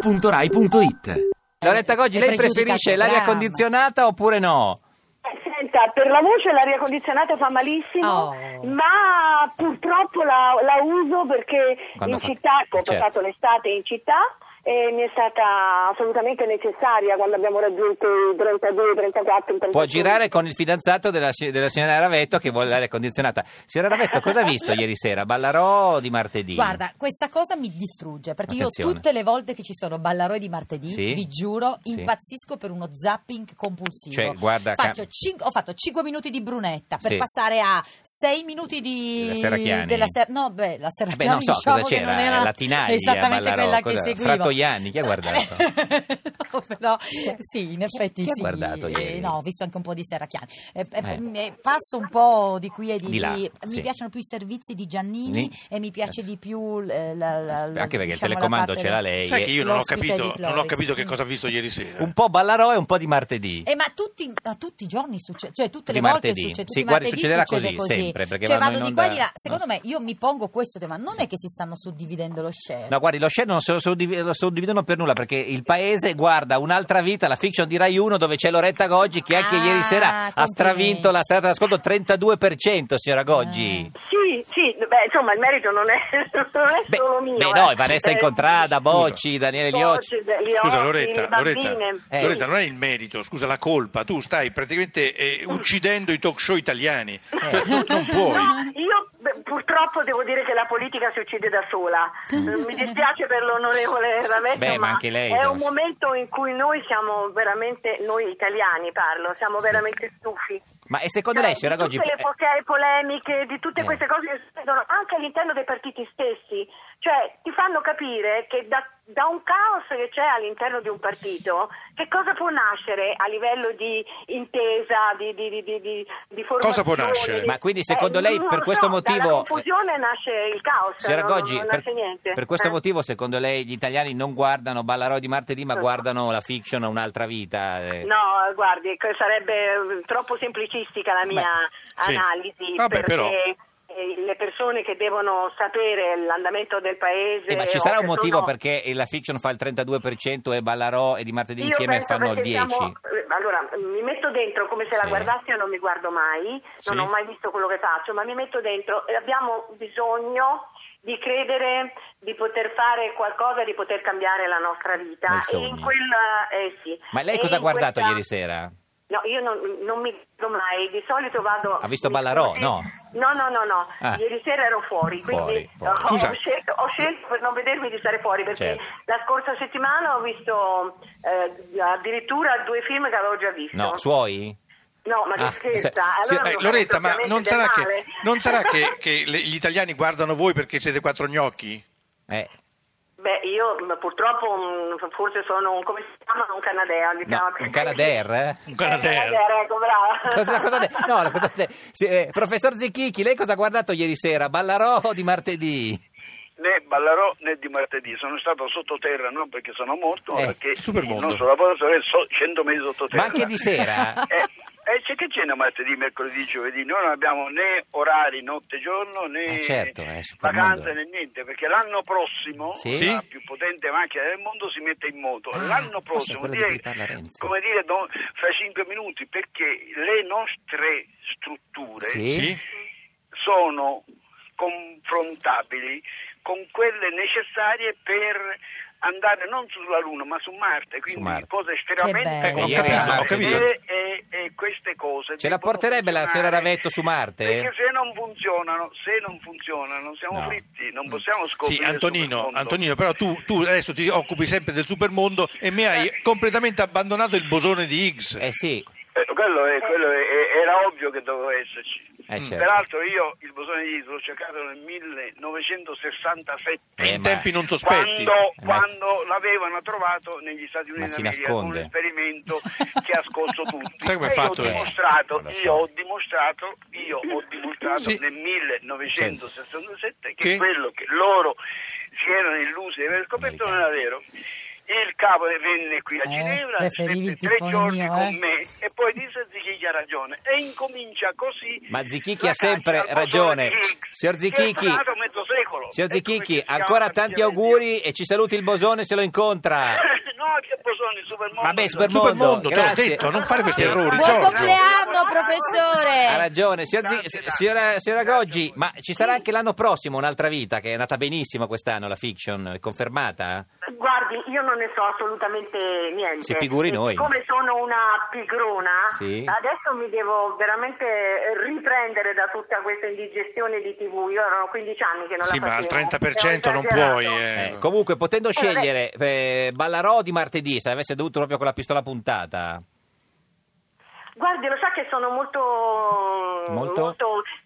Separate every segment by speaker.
Speaker 1: radio2pod.rai.it
Speaker 2: Loretta Goggi,
Speaker 3: Eh, È
Speaker 2: lei
Speaker 3: pregiudicato,
Speaker 2: preferisce l'aria
Speaker 3: brava.
Speaker 2: condizionata oppure no?
Speaker 4: Eh, Senta, per la voce l'aria condizionata fa malissimo,
Speaker 3: Oh.
Speaker 4: ma purtroppo la, la uso perché
Speaker 2: Quando
Speaker 4: in
Speaker 2: fa-
Speaker 4: città, ho
Speaker 2: certo.
Speaker 4: passato l'estate in città e mi è stata assolutamente necessaria quando abbiamo raggiunto i 32, 34, 35.
Speaker 2: Può girare con il fidanzato della, si- della signora Ravetto che vuole l'aria condizionata. Signora Ravetto, cosa ha visto ieri sera? Ballarò o di martedì?
Speaker 3: Guarda, questa cosa mi distrugge perché
Speaker 2: Attenzione.
Speaker 3: io tutte le volte che ci sono ballaroi di martedì,
Speaker 2: Sì?
Speaker 3: vi giuro,
Speaker 2: Sì.
Speaker 3: impazzisco per uno zapping compulsivo.
Speaker 2: Cioè, guarda,
Speaker 3: Faccio
Speaker 2: cam-
Speaker 3: cin- ho fatto 5 minuti di brunetta per
Speaker 2: Sì.
Speaker 3: passare a 6 minuti di
Speaker 2: Della Serracchiani.
Speaker 3: della Ser- no, beh, la
Speaker 2: Eh
Speaker 3: Serracchiani
Speaker 2: beh, non so
Speaker 3: diciamo
Speaker 2: cosa
Speaker 3: che
Speaker 2: c'era,
Speaker 3: non era
Speaker 2: la Tinaglia,
Speaker 3: esattamente
Speaker 2: Ballarò,
Speaker 3: quella
Speaker 2: cosa-
Speaker 3: che seguivo.
Speaker 2: Frattoianni, chi ha guardato?
Speaker 3: no, però sì, in effetti
Speaker 2: Chi ha
Speaker 3: sì.
Speaker 2: guardato
Speaker 3: Eh,
Speaker 2: ieri?
Speaker 3: No, ho visto anche un po' di Serracchiani. Eh, eh,
Speaker 2: Eh.
Speaker 3: m- eh, passo un po' di qui e di,
Speaker 2: Di là,
Speaker 3: lì.
Speaker 2: sì.
Speaker 3: Mi piacciono più i servizi di Giannini
Speaker 2: Ni-
Speaker 3: e mi piace di più eh, la, la- la-
Speaker 2: Anche perché il
Speaker 3: diciamo, la
Speaker 2: telecomando
Speaker 3: parte
Speaker 2: ce l'ha
Speaker 3: del-
Speaker 2: lei.
Speaker 5: Sai che io non ho,
Speaker 3: L'ospite
Speaker 5: capito,
Speaker 3: di
Speaker 5: non ho
Speaker 3: Floris.
Speaker 5: capito che cosa ha visto ieri sera.
Speaker 2: Un po' ballarò e un po' di martedì.
Speaker 3: Eh, ma tutti, ma tutti i giorni succede, cioè tutte
Speaker 2: Tutti
Speaker 3: le volte
Speaker 2: martedì.
Speaker 3: succede.
Speaker 2: Sì,
Speaker 3: tutti i
Speaker 2: guardi,
Speaker 3: martedì
Speaker 2: succederà
Speaker 3: succede
Speaker 2: così, sempre, perché
Speaker 3: cioè,
Speaker 2: vanno
Speaker 3: vado
Speaker 2: in
Speaker 3: di qua e
Speaker 2: onda-
Speaker 3: di là. Secondo me, io mi pongo questo tema. Non è che si stanno suddividendo lo share. Eh.
Speaker 2: No, guardi, lo share non se lo suddiv- lo suddividono per nulla perché il paese guarda un'altra vita, la fiction di Rai 1 dove c'è Loretta Goggi che anche
Speaker 3: Ah,
Speaker 2: ieri sera ha
Speaker 3: complimenti. Eh.
Speaker 2: stravinto la strada d'ascolto 32%, signora Goggi.
Speaker 4: Sì, sì, beh, insomma il merito non è, non è
Speaker 2: Beh,
Speaker 4: solo mio.
Speaker 2: beh,
Speaker 4: eh.
Speaker 2: no, Vanessa
Speaker 4: Eh,
Speaker 2: Incontrada, Bocci, Daniele Liocci.
Speaker 4: Bocci, Liocci,
Speaker 5: Scusa Loretta,
Speaker 4: le
Speaker 5: Loretta,
Speaker 4: bambine.
Speaker 2: Eh.
Speaker 5: Loretta, non è il merito, scusa la colpa, tu stai praticamente eh, uccidendo i talk show italiani,
Speaker 2: Eh.
Speaker 5: Cioè, tu non puoi.
Speaker 4: No, io beh, purtroppo devo dire che la politica si uccide da sola. Eh, Mi dispiace per l'onorevole Ravetto,
Speaker 2: Beh, ma anche lei,
Speaker 4: è
Speaker 2: insomma,
Speaker 4: un
Speaker 2: sì.
Speaker 4: momento in cui noi siamo veramente, noi italiani parlo, siamo veramente stufi.
Speaker 2: Ma e secondo
Speaker 4: Cioè,
Speaker 2: lei, signora
Speaker 4: di
Speaker 2: Goggi,
Speaker 4: tutte le
Speaker 2: eh,
Speaker 4: poche polemiche, di tutte
Speaker 2: Eh.
Speaker 4: queste cose che succedono anche all'interno dei partiti stessi, cioè ti fanno capire che da, da un caos che c'è all'interno di un partito, che cosa può nascere a livello di intesa, di, di, di, di, di, di
Speaker 5: Cosa può
Speaker 4: formazione,
Speaker 5: nascere?
Speaker 4: di-
Speaker 2: Ma quindi secondo
Speaker 4: Eh,
Speaker 2: lei
Speaker 4: non
Speaker 2: per
Speaker 4: lo
Speaker 2: questo
Speaker 4: so,
Speaker 2: motivo... eh,
Speaker 4: Dalla confusione nasce il caos,
Speaker 2: Signora
Speaker 4: non,
Speaker 2: Goggi,
Speaker 4: non
Speaker 2: per,
Speaker 4: nasce niente.
Speaker 2: per questo
Speaker 4: Eh.
Speaker 2: motivo secondo lei gli italiani non guardano Ballarò di martedì ma
Speaker 4: No.
Speaker 2: guardano la fiction un'altra vita? eh?
Speaker 4: No, guardi, que- sarebbe eh, troppo semplicistica la mia
Speaker 5: sì.
Speaker 4: analisi,
Speaker 5: Vabbè,
Speaker 4: perché
Speaker 5: però.
Speaker 4: eh, le persone che devono sapere l'andamento del paese...
Speaker 2: Eh, ma ci
Speaker 4: o
Speaker 2: sarà un
Speaker 4: che
Speaker 2: motivo
Speaker 4: sono-
Speaker 2: perché la fiction fa il 32% e Ballarò e di martedì
Speaker 4: Io
Speaker 2: insieme
Speaker 4: penso
Speaker 2: fanno il
Speaker 4: perché
Speaker 2: 10%?
Speaker 4: siamo- eh, allora, mi metto dentro come se la
Speaker 2: Sì.
Speaker 4: guardassi, io non mi guardo mai, non
Speaker 5: Sì.
Speaker 4: ho mai visto quello che faccio, ma mi metto dentro e abbiamo bisogno di credere di poter fare qualcosa, di poter cambiare la nostra vita.
Speaker 2: Nel
Speaker 4: E in
Speaker 2: sogno.
Speaker 4: quel, eh, sì.
Speaker 2: Ma lei
Speaker 4: E
Speaker 2: cosa ha
Speaker 4: in
Speaker 2: guardato
Speaker 4: questa-
Speaker 2: ieri sera?
Speaker 4: No, io non, non mi vedo mai, di solito vado...
Speaker 2: Ha visto Ballarò, no?
Speaker 4: No, no, no, no,
Speaker 2: Ah.
Speaker 4: ieri sera ero fuori, quindi eh,
Speaker 2: Fuori, fuori.
Speaker 4: Ho,
Speaker 5: Scusa.
Speaker 4: ho scelto, ho scelto per non vedermi di stare fuori, perché
Speaker 2: Certo.
Speaker 4: la scorsa settimana ho visto eh, addirittura due film che avevo già visto.
Speaker 2: No, suoi?
Speaker 4: No, ma che
Speaker 2: Ah, se-
Speaker 4: scherza,
Speaker 2: sì,
Speaker 4: allora
Speaker 2: eh,
Speaker 4: non
Speaker 5: Eh, Loretta, ma
Speaker 4: farò
Speaker 5: non
Speaker 4: propriamente
Speaker 5: sarà
Speaker 4: del
Speaker 5: che,
Speaker 4: male.
Speaker 5: non sarà che- che le- gli italiani guardano voi perché siete quattro gnocchi?
Speaker 2: Eh,
Speaker 4: Beh, io mh, purtroppo mh, forse sono un, come si chiama, un canadea, diciamo.
Speaker 2: no, un Canadair? eh?
Speaker 5: Un
Speaker 4: Eh,
Speaker 5: canadere.
Speaker 4: Canadair, ecco, brava.
Speaker 2: Cosa, cosa de- no, la cosa de- sì, eh, professor Zichichi, lei cosa ha guardato ieri sera? Ballarò o di martedì?
Speaker 6: né ballerò né di martedì, sono stato sottoterra non perché sono morto,
Speaker 2: Eh,
Speaker 6: ma perché
Speaker 5: Supermondo.
Speaker 6: non sono lavoratore, so 100 mesi sottoterra.
Speaker 2: Ma anche di sera?
Speaker 6: E c'è che cena martedì, mercoledì, giovedì? Noi non abbiamo né orari notte e giorno né
Speaker 2: Eh, certo, eh, Supermondo.
Speaker 6: vacanze né niente, perché l'anno prossimo
Speaker 2: Sì?
Speaker 6: la più potente macchina del mondo si mette in moto.
Speaker 2: Ah,
Speaker 6: l'anno
Speaker 2: forse è
Speaker 6: prossimo,
Speaker 2: quella di
Speaker 6: direi,
Speaker 2: cui parla Renzi.
Speaker 6: come dire, do- fra 5 minuti, perché le nostre strutture
Speaker 2: Sì?
Speaker 5: Eh, Sì?
Speaker 6: sono confrontabili con quelle necessarie per andare non sulla Luna ma su Marte, quindi
Speaker 2: Marte.
Speaker 6: cose estremamente
Speaker 3: Che bello.
Speaker 5: Eh, ho
Speaker 6: complicate.
Speaker 2: capito, ho
Speaker 5: capito.
Speaker 6: E, e queste cose
Speaker 2: Ce la
Speaker 6: devono
Speaker 2: porterebbe la signora
Speaker 6: funzionare,
Speaker 2: Ravetto su Marte?
Speaker 6: Perché se non funzionano, se non funzionano, siamo
Speaker 2: No.
Speaker 6: fritti, non possiamo scoprire
Speaker 5: Sì, Antonino,
Speaker 6: sul fondo.
Speaker 5: Antonino, però tu, tu adesso ti occupi sempre del supermondo e mi hai completamente abbandonato il bosone di Higgs.
Speaker 2: Eh sì,
Speaker 6: Eh, quello, è- quello è- è- era ovvio che doveva esserci. Mm.
Speaker 2: eh, certo.
Speaker 6: Peraltro io il bosone di Higgs l'ho cercato nel 1967
Speaker 2: Eh,
Speaker 5: in
Speaker 2: ma-
Speaker 5: tempi non sospetti.
Speaker 6: Quando,
Speaker 2: Ma-
Speaker 6: quando l'avevano trovato negli Stati
Speaker 2: Ma
Speaker 6: Uniti
Speaker 2: si
Speaker 6: d'America con un
Speaker 2: nasconde.
Speaker 6: esperimento che ha scosso tutti.
Speaker 5: Sai come è
Speaker 6: E io
Speaker 5: fatto,
Speaker 6: ho
Speaker 5: eh?
Speaker 6: dimostrato,
Speaker 2: Eh, lo so.
Speaker 6: io ho dimostrato, io ho dimostrato
Speaker 5: Sì.
Speaker 6: nel 1967 che
Speaker 5: Che?
Speaker 6: quello che loro si erano illusi di aver scoperto non era vero. Il capo venne qui a
Speaker 3: Eh,
Speaker 6: Ginevra,
Speaker 3: preferivi
Speaker 6: stette tre
Speaker 3: tipo il
Speaker 6: giorni
Speaker 3: mio,
Speaker 6: con
Speaker 3: eh?
Speaker 6: me e poi disse Zichichi ha ragione. E incomincia così.
Speaker 2: Ma Zichichi
Speaker 6: la
Speaker 2: ha sempre
Speaker 6: caccia al bosone
Speaker 2: ragione.
Speaker 6: di Higgs,
Speaker 2: Signor
Speaker 6: che
Speaker 2: Zichichi.
Speaker 6: È stato mezzo secolo. quello.
Speaker 2: Signor
Speaker 6: Ecco perché
Speaker 2: Zichicchi,
Speaker 6: si chiama
Speaker 2: ancora
Speaker 6: famiglia
Speaker 2: tanti
Speaker 6: del
Speaker 2: auguri
Speaker 6: Dio.
Speaker 2: e ci saluti il Bosone se lo incontra.
Speaker 6: no, che Bosoni, Supermondo.
Speaker 2: Vabbè,
Speaker 6: Supermondo.
Speaker 2: Supermondo,
Speaker 5: Supermondo, te l'ho
Speaker 2: grazie.
Speaker 5: detto, non fare questi
Speaker 2: Sì.
Speaker 5: errori,
Speaker 3: Buon
Speaker 5: Giorgio.
Speaker 3: compleanno, professore!
Speaker 2: Ha ragione, signor Zi-
Speaker 6: Eh. Grazie, grazie.
Speaker 2: signora, signora
Speaker 6: Grazie a
Speaker 2: Goggi,
Speaker 6: voi.
Speaker 2: ma ci sarà anche l'anno prossimo un'altra vita che è andata benissimo quest'anno, la fiction, è confermata?
Speaker 4: Guardi, io non ne so assolutamente niente.
Speaker 2: Si figuri
Speaker 4: E
Speaker 2: noi.
Speaker 4: Come sono una pigrona,
Speaker 2: Sì.
Speaker 4: adesso mi devo veramente riprendere da tutta questa indigestione di TV. Io erano 15 anni che non
Speaker 5: Sì,
Speaker 4: la
Speaker 5: ma al
Speaker 4: facevo.
Speaker 5: 30% non
Speaker 4: Ho esagerato.
Speaker 5: puoi. eh.
Speaker 2: Eh, comunque, potendo
Speaker 4: vabbè.
Speaker 2: scegliere eh, Ballarò di martedì, se avesse dovuto proprio con la pistola puntata,
Speaker 4: Guardi, lo sa che sono molto...
Speaker 2: Molto?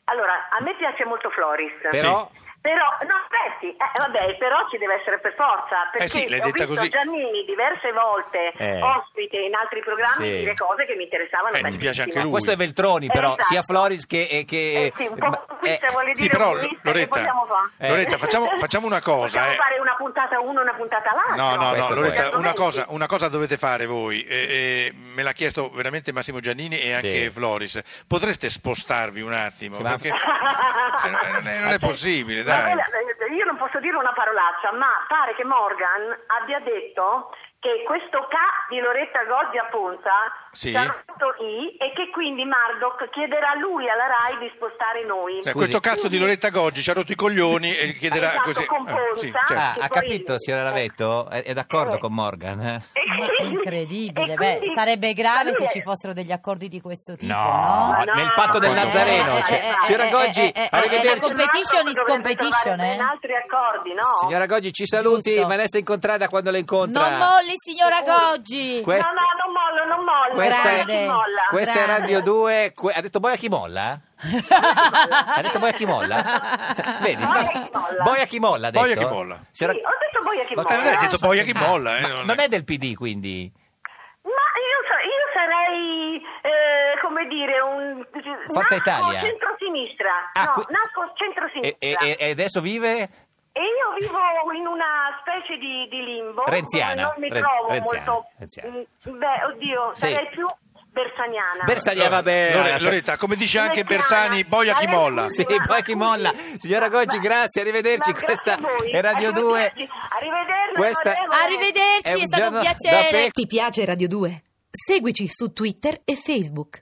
Speaker 4: Allora, a me piace molto Floris.
Speaker 2: però...
Speaker 4: Però, no, aspetti, eh, vabbè, però ci deve essere per forza, perché
Speaker 5: Eh sì, l'hai
Speaker 4: ho
Speaker 5: detta
Speaker 4: visto
Speaker 5: così.
Speaker 4: Giannini diverse volte
Speaker 2: Eh.
Speaker 4: ospite in altri programmi
Speaker 2: Sì.
Speaker 4: dire cose che mi interessavano
Speaker 5: Eh, ti
Speaker 4: tantissimo.
Speaker 5: piace anche
Speaker 2: Ma
Speaker 5: lui.
Speaker 2: questo è Veltroni,
Speaker 6: Eh,
Speaker 2: però,
Speaker 4: Esatto.
Speaker 2: sia Floris che... eh, che-
Speaker 4: Eh sì, un po'
Speaker 2: ma-
Speaker 4: populista,
Speaker 2: eh,
Speaker 4: vuole
Speaker 5: Sì,
Speaker 4: dire
Speaker 5: però
Speaker 4: populista, che
Speaker 5: Loretta,
Speaker 4: possiamo fare?
Speaker 2: Eh.
Speaker 5: Loretta, facciamo, facciamo una cosa.
Speaker 4: Possiamo
Speaker 5: eh.
Speaker 4: fare una puntata uno e una puntata l'altra.
Speaker 5: No, no,
Speaker 2: Questo
Speaker 5: no,
Speaker 2: poi.
Speaker 5: Loretta, una
Speaker 4: Argomenti.
Speaker 5: cosa, una cosa dovete fare voi, eh, eh, me l'ha chiesto veramente Massimo Giannini e anche
Speaker 2: Sì.
Speaker 5: Floris, potreste spostarvi un attimo?
Speaker 2: Sì, ma-
Speaker 4: Ah,
Speaker 5: perché Eh, no, eh, non è, non è possibile,
Speaker 4: Ma
Speaker 5: dai.
Speaker 4: quella- eh, Io non posso dire una parolaccia, ma pare che Morgan abbia detto che questo K di Loretta Goggi a Ponza
Speaker 5: Sì.
Speaker 4: sarà tutto I e che quindi Murdoch chiederà lui alla RAI di spostare noi.
Speaker 5: Cioè, questo cazzo di Loretta Goggi ci ha rotto i coglioni e chiederà
Speaker 4: Esatto,
Speaker 5: così.
Speaker 4: con
Speaker 5: Ah, sì,
Speaker 4: Ponza.
Speaker 2: Ah,
Speaker 4: Che
Speaker 5: certo.
Speaker 2: ha
Speaker 4: poi- ecco.
Speaker 2: capito, signora Ravetto? È, è d'accordo
Speaker 4: Eh.
Speaker 2: con Morgan? eh?
Speaker 4: E
Speaker 3: Ma è
Speaker 4: quindi-
Speaker 3: incredibile,
Speaker 4: e
Speaker 3: beh,
Speaker 4: quindi-
Speaker 3: sarebbe grave
Speaker 4: Ma lui
Speaker 3: se
Speaker 4: è-
Speaker 3: ci fossero degli accordi di questo tipo,
Speaker 2: No,
Speaker 3: no?
Speaker 4: no,
Speaker 2: nel patto del
Speaker 5: eh,
Speaker 2: Nazareno.
Speaker 5: eh,
Speaker 2: cioè,
Speaker 5: eh,
Speaker 3: eh,
Speaker 2: signora
Speaker 3: eh,
Speaker 2: Goggi,
Speaker 3: eh, eh, eh,
Speaker 2: arrivederci.
Speaker 3: la competition is
Speaker 4: Dovrebbe
Speaker 3: competition,
Speaker 4: trovare
Speaker 3: eh?
Speaker 4: ben altri accordi, no?
Speaker 2: Signora Goggi, ci saluti,
Speaker 3: Giusto.
Speaker 2: Vanessa incontrata quando la incontra.
Speaker 3: Non molli, signora Goggi!
Speaker 2: Quest-
Speaker 4: No, no, non mollo, non mollo.
Speaker 2: Questa
Speaker 4: guarda
Speaker 2: è-
Speaker 4: chi molla.
Speaker 2: Questa è
Speaker 3: Grande.
Speaker 2: Radio 2. que- ha detto Boia chi molla? ha detto Boia chi molla? Vedi?
Speaker 4: Boia chi molla.
Speaker 2: Boia chi molla ha detto?
Speaker 5: Boia chi molla.
Speaker 2: Signora-
Speaker 4: Sì, ho detto voi a
Speaker 2: Ma-
Speaker 4: chi
Speaker 5: Eh,
Speaker 4: molla.
Speaker 5: non è detto boia chi molla, eh,
Speaker 2: Ah. Ma
Speaker 5: non
Speaker 2: non
Speaker 5: è-
Speaker 2: è del PD quindi?
Speaker 4: Ma io, sa- io sarei, eh, come dire, un...
Speaker 2: Forza
Speaker 4: nasco
Speaker 2: Italia.
Speaker 4: centrosinistra.
Speaker 2: Ah,
Speaker 4: no,
Speaker 2: qui-
Speaker 4: nasco
Speaker 2: E,
Speaker 4: centrosinistra.
Speaker 2: e- e- e adesso vive?
Speaker 4: E io vivo in una specie di, di limbo.
Speaker 2: Renziana,
Speaker 4: dove Non mi
Speaker 2: Renzi-
Speaker 4: trovo
Speaker 2: renziana,
Speaker 4: molto...
Speaker 2: renziana.
Speaker 4: Mm, Beh, oddio,
Speaker 2: Sì.
Speaker 4: sarei più bersaniana.
Speaker 2: Bersaglia va bene.
Speaker 5: Lore- Loretta, come dice anche
Speaker 4: Loretta,
Speaker 5: Bersani, boia chi
Speaker 4: adesso-
Speaker 5: molla.
Speaker 2: Sì, poi chi molla. Signora Goggi,
Speaker 4: Ma-
Speaker 2: grazie, arrivederci.
Speaker 4: ma grazie
Speaker 2: Questa
Speaker 4: a voi.
Speaker 2: è Radio 2.
Speaker 4: Arrivederci. Arrivederci,
Speaker 2: Questa...
Speaker 4: Matteo.
Speaker 3: Arrivederci,
Speaker 2: È
Speaker 3: è,
Speaker 2: un
Speaker 3: stato
Speaker 2: giorno
Speaker 3: un
Speaker 2: da
Speaker 3: piacere!
Speaker 2: pecora.
Speaker 1: Ti piace Radio 2? Seguici su Twitter e Facebook.